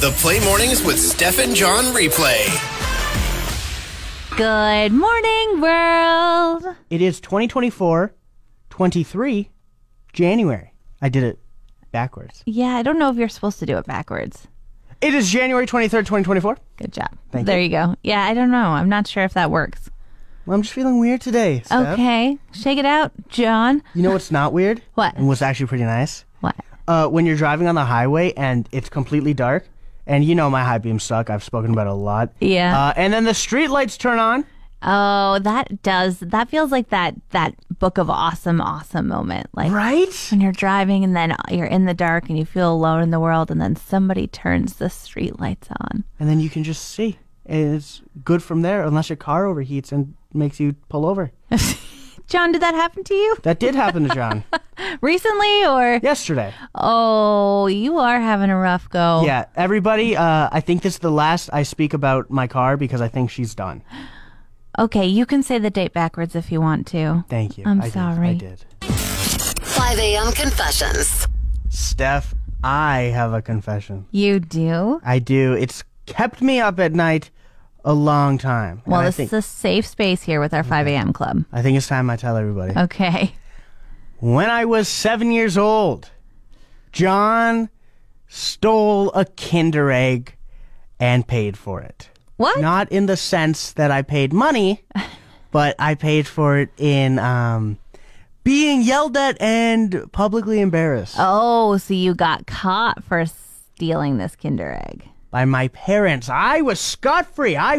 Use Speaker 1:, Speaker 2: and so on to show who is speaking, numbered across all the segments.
Speaker 1: The Play Mornings with Steph and John replay.
Speaker 2: Good morning, world.
Speaker 3: It is 2024, 23 January. I did it backwards.
Speaker 2: Yeah, I don't know if you're supposed to do it backwards.
Speaker 3: It is January 23rd, 2024.
Speaker 2: Good job.
Speaker 3: Thank
Speaker 2: there you. go. Yeah, I don't know. I'm not sure if that works.
Speaker 3: Well, I'm just feeling weird today. Steph.
Speaker 2: Okay, shake it out, John.
Speaker 3: You know what's not weird?
Speaker 2: What?
Speaker 3: And what's actually pretty nice?
Speaker 2: What?
Speaker 3: Uh, when you're driving on the highway and it's completely dark, and you know my high beams suck. I've spoken about it a lot.
Speaker 2: Yeah.
Speaker 3: Uh, and then the street lights turn on.
Speaker 2: Oh, that does. That feels like that that book of awesome, awesome moment. Like
Speaker 3: Right?
Speaker 2: when you're driving and then you're in the dark and you feel alone in the world, and then somebody turns the street lights on.
Speaker 3: And then you can just see. And it's good from there, unless your car overheats and makes you pull over.
Speaker 2: John, did that happen to you
Speaker 3: That did happen to John
Speaker 2: recently, or
Speaker 3: yesterday.
Speaker 2: oh, you are having a rough go?
Speaker 3: Yeah, everybody, uh, I think this is the last I speak about my car because I think she's done.
Speaker 2: Okay, you can say the date backwards if you want to.
Speaker 3: Thank you.
Speaker 2: I'm
Speaker 3: I did,
Speaker 2: sorry.
Speaker 3: I did.
Speaker 4: 5 a.m. confessions.
Speaker 3: Steph, I have a confession.
Speaker 2: You do?
Speaker 3: I do. It's kept me up at night a long time. and
Speaker 2: Well,
Speaker 3: I
Speaker 2: this
Speaker 3: think,
Speaker 2: is a safe space here with our 5 a.m. club.
Speaker 3: I think it's time I tell everybody.
Speaker 2: Okay.
Speaker 3: When I was seven years old, John stole a Kinder Egg and paid for it.
Speaker 2: What?
Speaker 3: Not in the sense that I paid money, but I paid for it in um, being yelled at and publicly embarrassed
Speaker 2: Oh, so you got caught for stealing this Kinder Egg.
Speaker 3: by my parents. I was scot free. I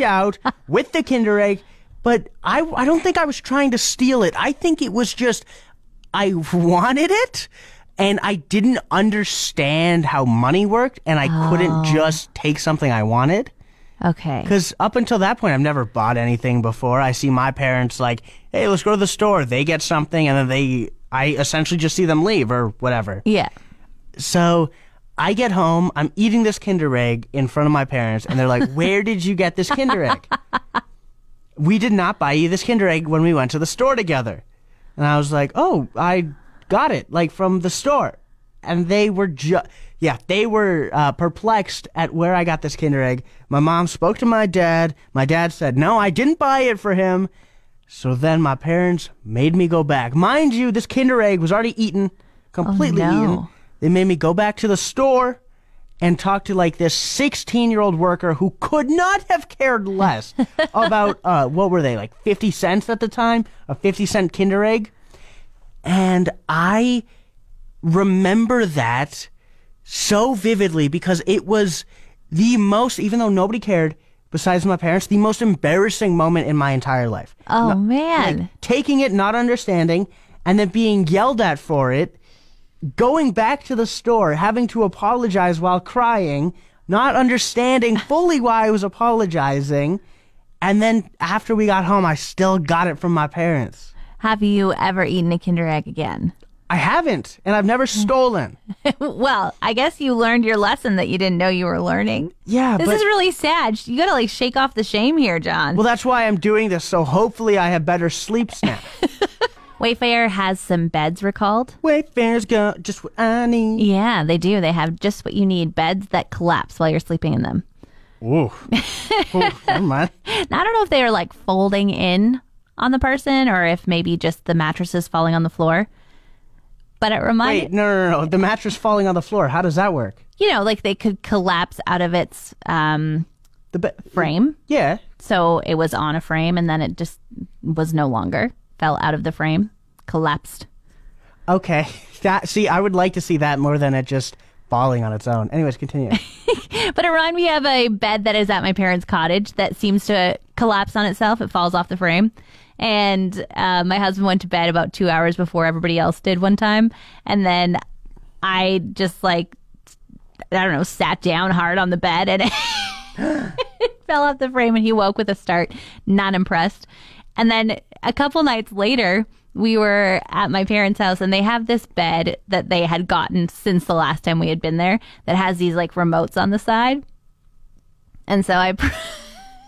Speaker 3: out with the Kinder Egg, but I, I don't think I was trying to steal it. I think it was just I wanted it. And I didn't understand how money worked, and I
Speaker 2: Oh.
Speaker 3: couldn't just take something I wanted.
Speaker 2: Okay.
Speaker 3: Because up until that point, I've never bought anything before. I see my parents like, hey, let's go to the store. They get something, and then they, I essentially just see them leave or whatever.
Speaker 2: Yeah.
Speaker 3: So I get home, I'm eating this Kinder Egg in front of my parents, and they're like, where did you get this Kinder Egg? we did not buy you this Kinder Egg when we went to the store together. And I was like, oh, I got it, like from the store. And they were just, yeah, they were uh, perplexed at where I got this Kinder Egg. My mom spoke to my dad. My dad said, no, I didn't buy it for him. So then my parents made me go back. Mind you, this Kinder Egg was already eaten, completely
Speaker 2: Oh, no.
Speaker 3: eaten. They made me go back to the store and talk to like this 16 year old worker who could not have cared less about uh, what were they like 50 cents at the time a 50 cent kinder egg and i remember that so vividly because it was the most even though nobody cared besides my parents the most embarrassing moment in my entire life
Speaker 2: Oh, man.
Speaker 3: taking it, not understanding, and then being yelled at for it, going back to the store, having to apologize while crying, not understanding fully why I was apologizing, and then after we got home, I still got it from my parents.
Speaker 2: Have you ever eaten a Kinder Egg again?
Speaker 3: I haven't, and I've never stolen.
Speaker 2: well, I guess you learned your lesson that you didn't know you were learning.
Speaker 3: Yeah,
Speaker 2: This
Speaker 3: but
Speaker 2: is really sad. You got to like shake off the shame here, John.
Speaker 3: well, that's why I'm doing this. So hopefully, I have better sleeps now.
Speaker 2: Wayfair has some beds recalled.
Speaker 3: Wayfair's go just what I need.
Speaker 2: Yeah, they do. They have just what you need beds that collapse while you're sleeping in them.
Speaker 3: Ooh, Ooh never mind.
Speaker 2: Now, I don't know if they are like folding in on the person or if maybe just the mattress is falling on the floor. But it
Speaker 3: Wait,
Speaker 2: reminded
Speaker 3: no, no, no, no. The mattress falling on the floor. How does that work?
Speaker 2: you know, like they could collapse out of its um,
Speaker 3: The be-
Speaker 2: frame.
Speaker 3: Yeah.
Speaker 2: So it was on a frame and then it just was no longer, fell out of the frame, collapsed.
Speaker 3: Okay. That see, I would like to see that more than it just falling on its own. Anyways, continue.
Speaker 2: But it reminded me of a bed that is at my parents' cottage that seems to collapse on itself. It falls off the frame. And uh, my husband went to bed about two hours before everybody else did one time. And then I just like, I don't know, sat down hard on the bed and it fell off the frame and he woke with a start, not impressed. And then a couple nights later, we were at my parents' house and they have this bed that they had gotten since the last time we had been there that has these like remotes on the side. And so I pr-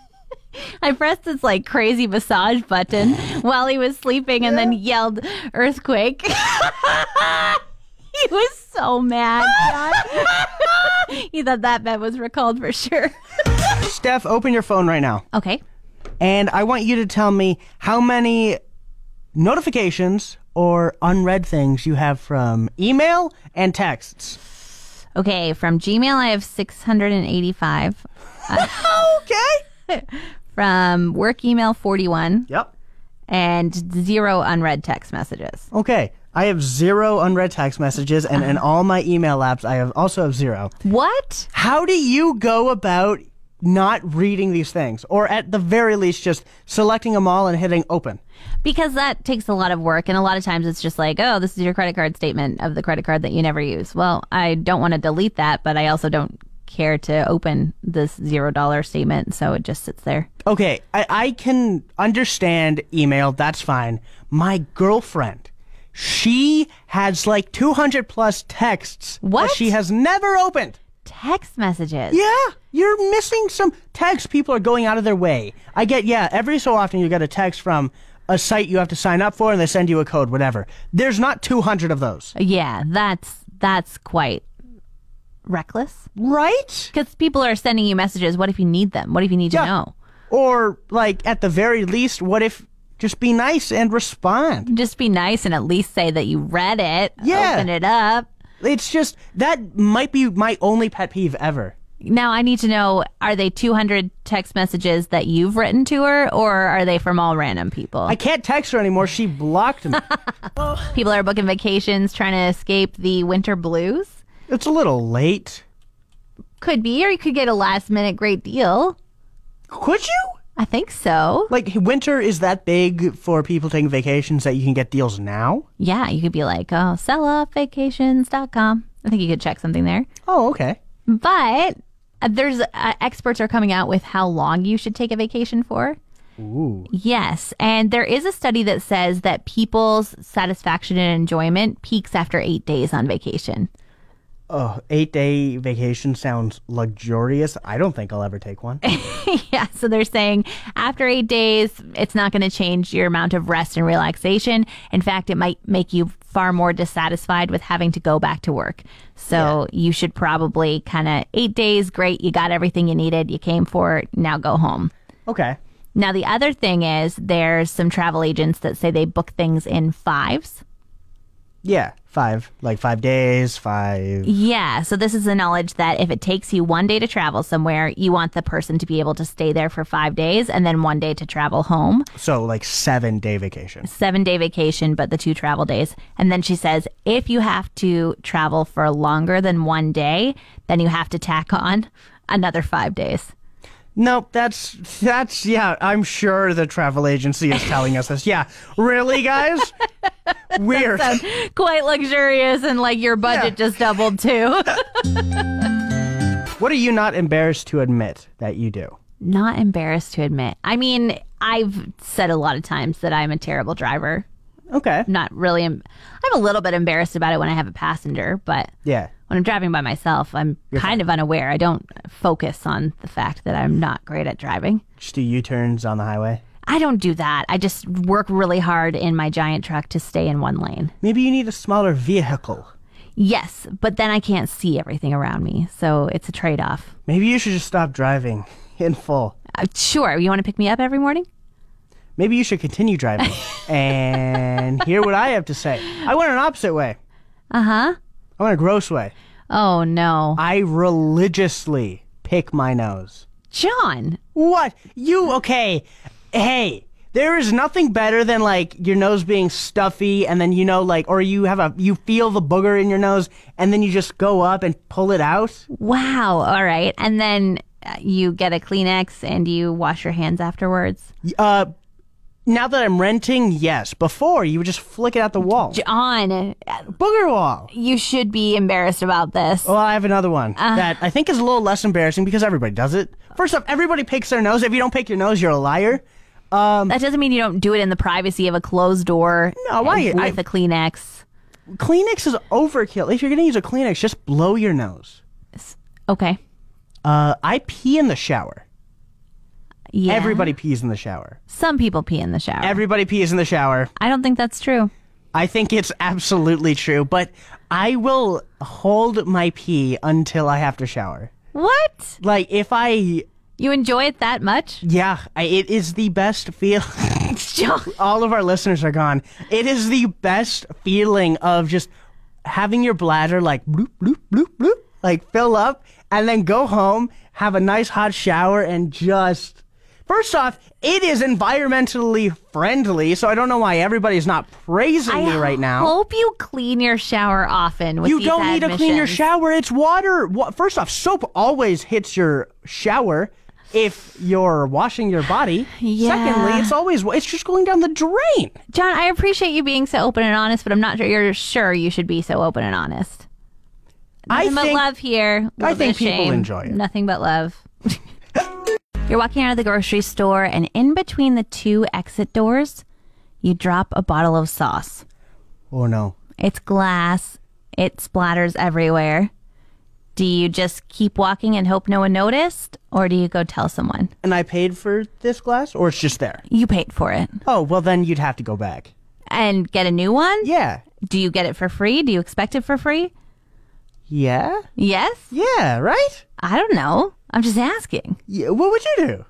Speaker 2: I pressed this like crazy massage button while he was sleeping and then yelled earthquake. he was so mad. John. he He thought that bed was recalled for sure.
Speaker 3: Steph, open your phone right now.
Speaker 2: Okay.
Speaker 3: And I want you to tell me how many notifications or unread things you have from email and texts.
Speaker 2: Okay, from Gmail, I have 685.
Speaker 3: Okay.
Speaker 2: From work email, 41.
Speaker 3: Yep.
Speaker 2: And zero unread text messages.
Speaker 3: Okay. I have zero unread text messages, and in all my email apps, I have also have zero.
Speaker 2: What?
Speaker 3: How do you go about not reading these things, or at the very least, just selecting them all and hitting open?
Speaker 2: Because that takes a lot of work, and a lot of times it's just like, oh, this is your credit card statement of the credit card that you never use. Well, I don't want to delete that, but I also don't care to open this zero dollar statement, so it just sits there.
Speaker 3: Okay, I, I can understand email. That's fine. My girlfriend, she has like 200 plus texts that
Speaker 2: What?
Speaker 3: she has never opened.
Speaker 2: Text messages.
Speaker 3: Yeah, you're missing some texts. People are going out of their way. I get, yeah, every so often you get a text from a site you have to sign up for and they send you a code, whatever. There's not 200 of those,
Speaker 2: Yeah, that's that's quite reckless.
Speaker 3: right?
Speaker 2: Because people are sending you messages. What if you need them? What if you need
Speaker 3: Yeah.
Speaker 2: to know?
Speaker 3: Or, like, at the very least, what if just be nice and respond?
Speaker 2: Just be nice and at least say that you read it.
Speaker 3: Yeah.
Speaker 2: Open it up.
Speaker 3: It's just that might be my only pet peeve ever.
Speaker 2: Now I need to know: Are they 200 text messages that you've written to her, or are they from all random people?
Speaker 3: I can't text her anymore. She blocked me.
Speaker 2: people are booking vacations, trying to escape the winter blues.
Speaker 3: it's a little late.
Speaker 2: Could be, or you could get a last-minute great deal.
Speaker 3: Could you?
Speaker 2: I think so.
Speaker 3: Like winter is that big for people taking vacations that you can get deals now?
Speaker 2: Yeah, you could be like, oh, selloffvacations.com. I think you could check something there.
Speaker 3: Oh, okay.
Speaker 2: But uh, there's uh, experts are coming out with how long you should take a vacation for. Yes, and there is a study that says that people's satisfaction and enjoyment peaks after 8 days on vacation.
Speaker 3: Oh, eight day vacation sounds luxurious. I don't think I'll ever take one.
Speaker 2: yeah, so they're saying after 8 days it's not going to change your amount of rest and relaxation. In fact, it might make you far more dissatisfied with having to go back to work. So you should probably kind of 8 days great, you got everything you needed, you came for it, now go home.
Speaker 3: okay.
Speaker 2: Now, the other thing is there's some travel agents that say they book things in fives.
Speaker 3: Yeah, five. Like five days, five.
Speaker 2: Yeah. So, this is the knowledge that if it takes you one day to travel somewhere, you want the person to be able to stay there for five days and then one day to travel home.
Speaker 3: So, like seven day vacation.
Speaker 2: Seven day vacation, but the two travel days. And then she says if you have to travel for longer than one day, then you have to tack on another five days.
Speaker 3: Nope, that's that's yeah, I'm sure the travel agency is telling us this. Yeah. Really, guys? Weird.
Speaker 2: Quite luxurious. And like your budget just doubled too.
Speaker 3: What are you not embarrassed to admit that you do?
Speaker 2: not embarrassed to admit. I mean, I've said a lot of times that I'm a terrible driver.
Speaker 3: Okay.
Speaker 2: Not really. Em- I'm a little bit embarrassed about it when I have a passenger, but
Speaker 3: Yeah.
Speaker 2: when I'm driving by myself, I'm kind of unaware. I don't focus on the fact that I'm not great at driving.
Speaker 3: Just do U-turns on the highway.
Speaker 2: I don't do that. I just work really hard in my giant truck to stay in one lane.
Speaker 3: Maybe you need a smaller vehicle.
Speaker 2: Yes, but then I can't see everything around me, so it's a trade off.
Speaker 3: Maybe you should just stop driving in full.
Speaker 2: Uh, sure, you want to pick me up every morning?
Speaker 3: Maybe you should continue driving and hear what I have to say. I went an opposite way.
Speaker 2: Uh huh.
Speaker 3: I went a gross way.
Speaker 2: Oh no,
Speaker 3: I religiously pick my nose.
Speaker 2: John.
Speaker 3: What? You okay? Hey, there is nothing better than like your nose being stuffy and then you know like or you have a you feel the booger in your nose and then you just go up and pull it out.
Speaker 2: Wow. All right. And then uh, you get a Kleenex and you wash your hands afterwards.
Speaker 3: Uh now that I'm renting, yes. Before you would just flick it at the wall.
Speaker 2: John,
Speaker 3: booger wall.
Speaker 2: you should be embarrassed about this.
Speaker 3: Well, I have another one that I think is a little less embarrassing because everybody does it. First off, everybody picks their nose. If you don't pick your nose, you're a liar.
Speaker 2: that doesn't mean you don't do it in the privacy of a closed door
Speaker 3: Um, No, why-
Speaker 2: and with
Speaker 3: I-
Speaker 2: a Kleenex.
Speaker 3: Kleenex is overkill. If you're going to use a Kleenex, just blow your nose.
Speaker 2: Okay.
Speaker 3: Uh, I pee in the shower.
Speaker 2: Yeah.
Speaker 3: Everybody pees in the shower.
Speaker 2: Some people pee in the shower.
Speaker 3: Everybody pees in the shower.
Speaker 2: I don't think that's true.
Speaker 3: I think it's absolutely true, but I will hold my pee until I have to shower.
Speaker 2: What?
Speaker 3: Like if I,
Speaker 2: You enjoy it that much?
Speaker 3: yeah, I, it is the best feel.
Speaker 2: John.
Speaker 3: All of our listeners are gone. It is the best feeling of just having your bladder like bloop bloop bloop bloop, like fill up, and then go home, have a nice hot shower, and just. First off, it is environmentally friendly, so I don't know why everybody's not praising me right now.
Speaker 2: hope you clean your shower often. With
Speaker 3: You
Speaker 2: these
Speaker 3: don't need to clean your
Speaker 2: admissions.
Speaker 3: shower. It's water. Wa- First off, soap always hits your shower if you're washing your body.
Speaker 2: Yeah.
Speaker 3: Secondly, it's always wa- it's just going down the drain.
Speaker 2: John, I appreciate you being so open and honest, but I'm not sure you're sure you should be so open and honest.
Speaker 3: I
Speaker 2: Nothing but
Speaker 3: think
Speaker 2: love here.
Speaker 3: I
Speaker 2: Little bit
Speaker 3: think
Speaker 2: of
Speaker 3: people
Speaker 2: shame.
Speaker 3: enjoy it.
Speaker 2: Nothing but love. You're walking out of the grocery store, and in between the two exit doors, you drop a bottle of sauce.
Speaker 3: Oh no.
Speaker 2: It's glass. It splatters everywhere. Do you just keep walking and hope no one noticed, or do you go tell someone?
Speaker 3: And I paid for this glass or it's just there.
Speaker 2: You paid for it
Speaker 3: Oh, well then you'd have to go back.
Speaker 2: and get a new one?
Speaker 3: Yeah.
Speaker 2: Do you get it for free? Do you expect it for free?
Speaker 3: Yeah?
Speaker 2: Yes?
Speaker 3: Yeah, right?
Speaker 2: I don't know. I'm just asking.
Speaker 3: Yeah, what would you do?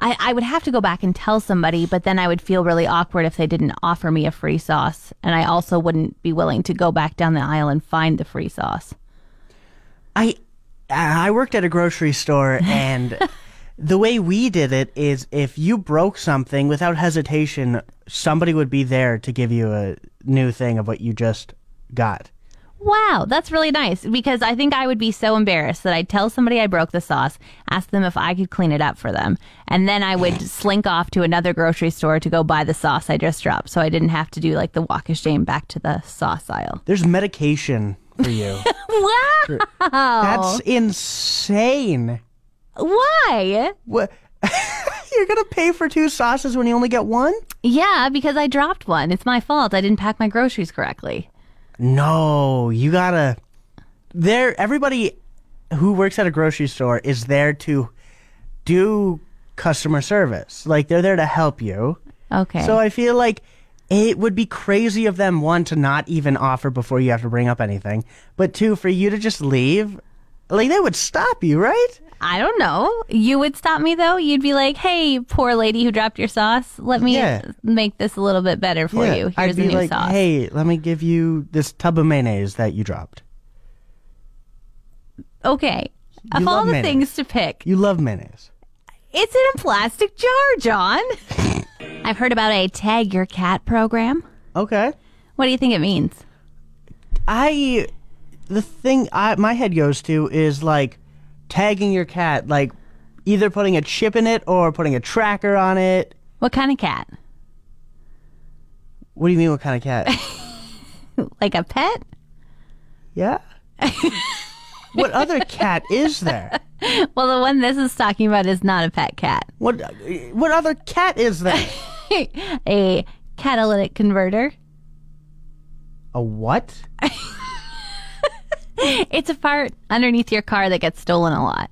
Speaker 2: I, I would have to go back and tell somebody, but then I would feel really awkward if they didn't offer me a free sauce. And I also wouldn't be willing to go back down the aisle and find the free sauce.
Speaker 3: I I worked at a grocery store and the way we did it is if you broke something without hesitation, somebody would be there to give you a new thing of what you just got.
Speaker 2: Wow, that's really nice because I think I would be so embarrassed that I'd tell somebody I broke the sauce, ask them if I could clean it up for them, and then I would slink off to another grocery store to go buy the sauce I just dropped so I didn't have to do like the walk of shame back to the sauce aisle.
Speaker 3: There's medication for you.
Speaker 2: Wow!
Speaker 3: That's insane.
Speaker 2: Why?
Speaker 3: What? You're gonna pay for two sauces when you only get one?
Speaker 2: Yeah, because I dropped one. It's my fault. I didn't pack my groceries correctly.
Speaker 3: No, you gotta. There, everybody who works at a grocery store is there to do customer service. Like they're there to help you.
Speaker 2: Okay.
Speaker 3: So I feel like it would be crazy of them one to not even offer before you have to bring up anything, but two for you to just leave. Like they would stop you, right?
Speaker 2: I don't know. You would stop me though. You'd be like, "Hey, poor lady who dropped your sauce. Let me
Speaker 3: Yeah.
Speaker 2: make this a little bit better for you. Here's
Speaker 3: I'd be
Speaker 2: a new
Speaker 3: like,
Speaker 2: sauce."
Speaker 3: hey, let me give you this tub of mayonnaise that you dropped.
Speaker 2: Okay. Of
Speaker 3: You
Speaker 2: all
Speaker 3: love
Speaker 2: the
Speaker 3: mayonnaise.
Speaker 2: things to pick,
Speaker 3: You love mayonnaise.
Speaker 2: it's in a plastic jar, John. I've heard about a tag your cat program.
Speaker 3: Okay.
Speaker 2: What do you think it means?
Speaker 3: I the thing I my head goes to is like tagging your cat, like either putting a chip in it or putting a tracker on it.
Speaker 2: What kind of cat?
Speaker 3: What do you mean? What kind of cat?
Speaker 2: Like a pet?
Speaker 3: yeah. what other cat is there?
Speaker 2: Well, the one this is talking about is not a pet cat.
Speaker 3: What what other cat is there?
Speaker 2: a catalytic converter.
Speaker 3: A what?
Speaker 2: It's a part underneath your car that gets stolen a lot.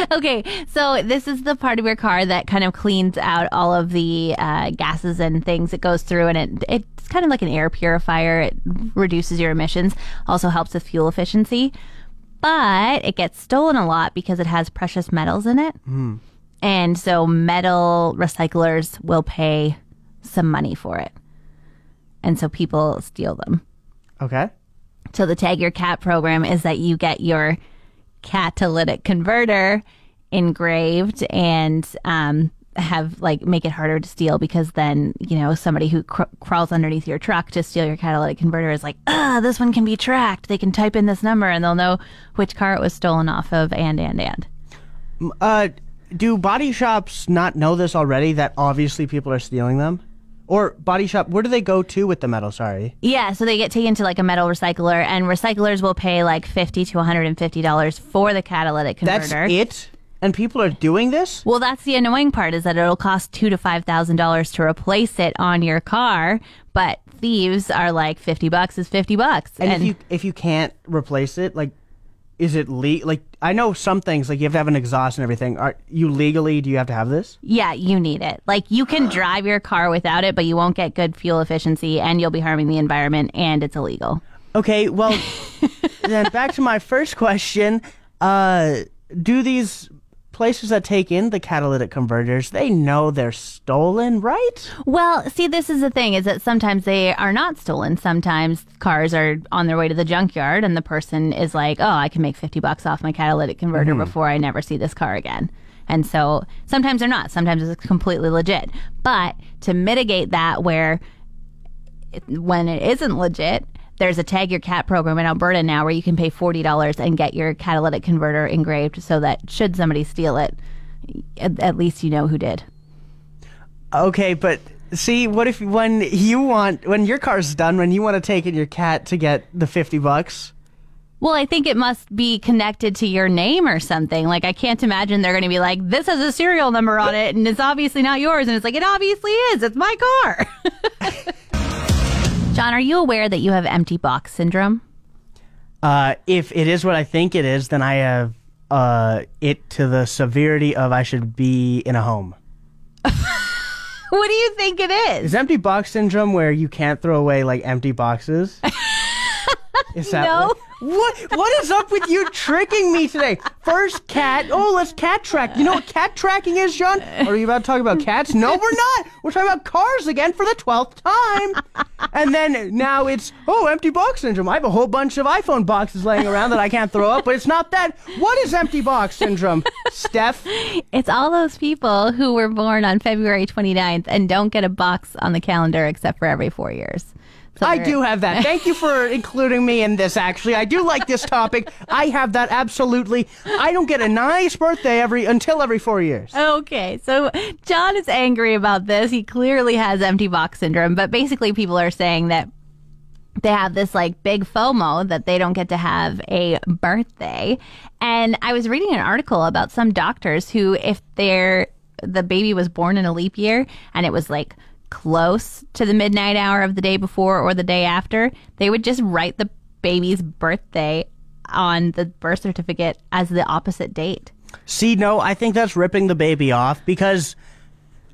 Speaker 2: okay, so this is the part of your car that kind of cleans out all of the uh, gases and things it goes through, and it it's kind of like an air purifier. It reduces your emissions, also helps with fuel efficiency, but it gets stolen a lot because it has precious metals in it, and so metal recyclers will pay some money for it, and so people steal them.
Speaker 3: Okay.
Speaker 2: So the Tag Your Cat program is that you get your catalytic converter engraved and um, have like make it harder to steal because then you know somebody who cr- crawls underneath your truck to steal your catalytic converter is like, ah, this one can be tracked. They can type in this number and they'll know which car it was stolen off of, and and and.
Speaker 3: Uh, do body shops not know this already? That obviously people are stealing them. Or body shop, where do they go to with the metal? Sorry.
Speaker 2: Yeah, so they get taken to like a metal recycler, and recyclers will pay like fifty to one hundred and fifty dollars for the catalytic converter.
Speaker 3: That's it. And people are doing this.
Speaker 2: Well, that's the annoying part is that it'll cost two to five thousand dollars to replace it on your car, but thieves are like fifty bucks is fifty bucks,
Speaker 3: And, if you if you can't replace it, like is it le- like I know some things like you have to have an exhaust and everything. Are you legally do you have to have this?
Speaker 2: Yeah, you need it. Like you can drive your car without it, but you won't get good fuel efficiency and you'll be harming the environment and it's illegal.
Speaker 3: Okay, well then back to my first question. Uh do these places that take in the catalytic converters, they know they're stolen, right?
Speaker 2: Well, see, this is the thing is that sometimes they are not stolen. Sometimes cars are on their way to the junkyard and the person is like, oh, I can make 50 bucks off my catalytic converter before I never see this car again. And so sometimes they're not. Sometimes it's completely legit. But to mitigate that, where it- when it isn't legit, there's a tag your cat program in Alberta now where you can pay $40 and get your catalytic converter engraved so that should somebody steal it, at, at least you know who did.
Speaker 3: Okay, but see, what if when you want when your car's done, when you want to take in your cat to get the fifty bucks?
Speaker 2: Well, I think it must be connected to your name or something. Like, I can't imagine they're going to be like, this has a serial number on it, and it's obviously not yours. And it's like, it obviously is. It's my car. John, are you aware that you have empty box syndrome?
Speaker 3: Uh, if it is what I think it is, then I have uh, it to the severity of I should be in a home.
Speaker 2: What do you think it is?
Speaker 3: Is empty box syndrome where you can't throw away like empty boxes? Is that
Speaker 2: No.
Speaker 3: what? what? What is up with you tricking me today? First cat. Oh, let's cat track. You know what cat tracking is, John? Are you about to talk about cats? No, we're not. We're talking about cars again for the twelfth time. And then now it's oh, empty box syndrome. I have a whole bunch of iPhone boxes laying around that I can't throw up, but it's not that. What is empty box syndrome, Steph?
Speaker 2: It's all those people who were born on February 29th and don't get a box on the calendar except for every four years. So
Speaker 3: I
Speaker 2: they're-
Speaker 3: do have that. Thank you for including me in this, actually. I do like this topic. I have that absolutely. I don't get a nice birthday every until every four years.
Speaker 2: Okay, so John is angry about this. He clearly has empty box syndrome, but basically, people are saying that they have this like big FOMO that they don't get to have a birthday. And I was reading an article about some doctors who, if their the baby was born in a leap year and it was like close to the midnight hour of the day before or the day after, they would just write the baby's birthday on the birth certificate as the opposite date.
Speaker 3: See, no, I think that's ripping the baby off because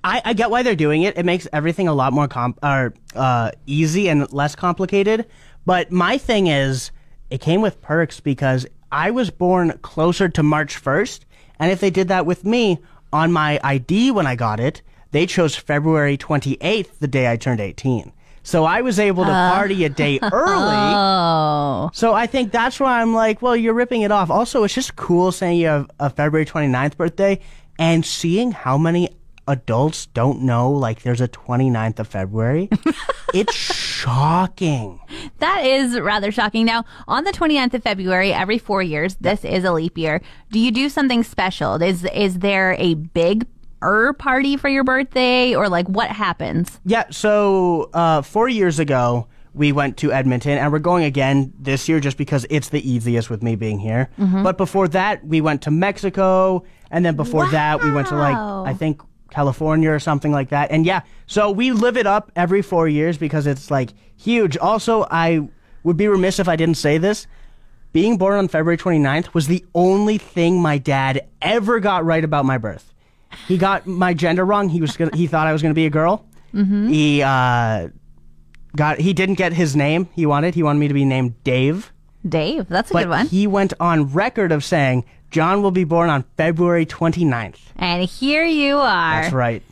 Speaker 3: I, I get why they're doing it. It makes everything a lot more comp or uh, easy and less complicated. But my thing is, it came with perks because I was born closer to March first, and if they did that with me on my ID when I got it, they chose February twenty eighth, the day I turned eighteen. So I was able to party a day early. So I think that's why I'm like, well, you're ripping it off. Also, it's just cool saying you have a February 29th birthday and seeing how many adults don't know like there's a 29th of February. it's shocking.
Speaker 2: That is rather shocking. Now, on the 29th of February, every four years, this is a leap year. Do you do something special? Is is there a big er party for your birthday or like what happens?
Speaker 3: Yeah, so uh, four years ago, we went to Edmonton, and we're going again this year just because it's the easiest with me being here. But before that, we went to Mexico, and then before that, we went to like,
Speaker 2: Wow.
Speaker 3: I think California or something like that. And yeah, so we live it up every four years because it's like huge. Also, I would be remiss if I didn't say this. Being born on February 29th was the only thing my dad ever got right about my birth. He got my gender wrong. He was gonna, he thought I was going to be a girl. Mm-hmm. He uh, got he didn't get his name he wanted. He wanted me to be named Dave.
Speaker 2: Dave, that's a
Speaker 3: But
Speaker 2: good one.
Speaker 3: he went on record of saying John will be born on February 29th.
Speaker 2: and here you are.
Speaker 3: That's right.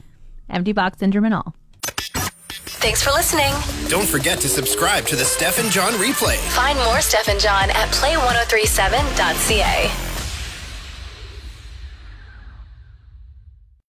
Speaker 2: Empty box syndrome and all.
Speaker 4: Thanks for listening.
Speaker 1: Don't forget to subscribe to the Steph and John replay.
Speaker 4: oh Find more Steph and John at play1037.ca.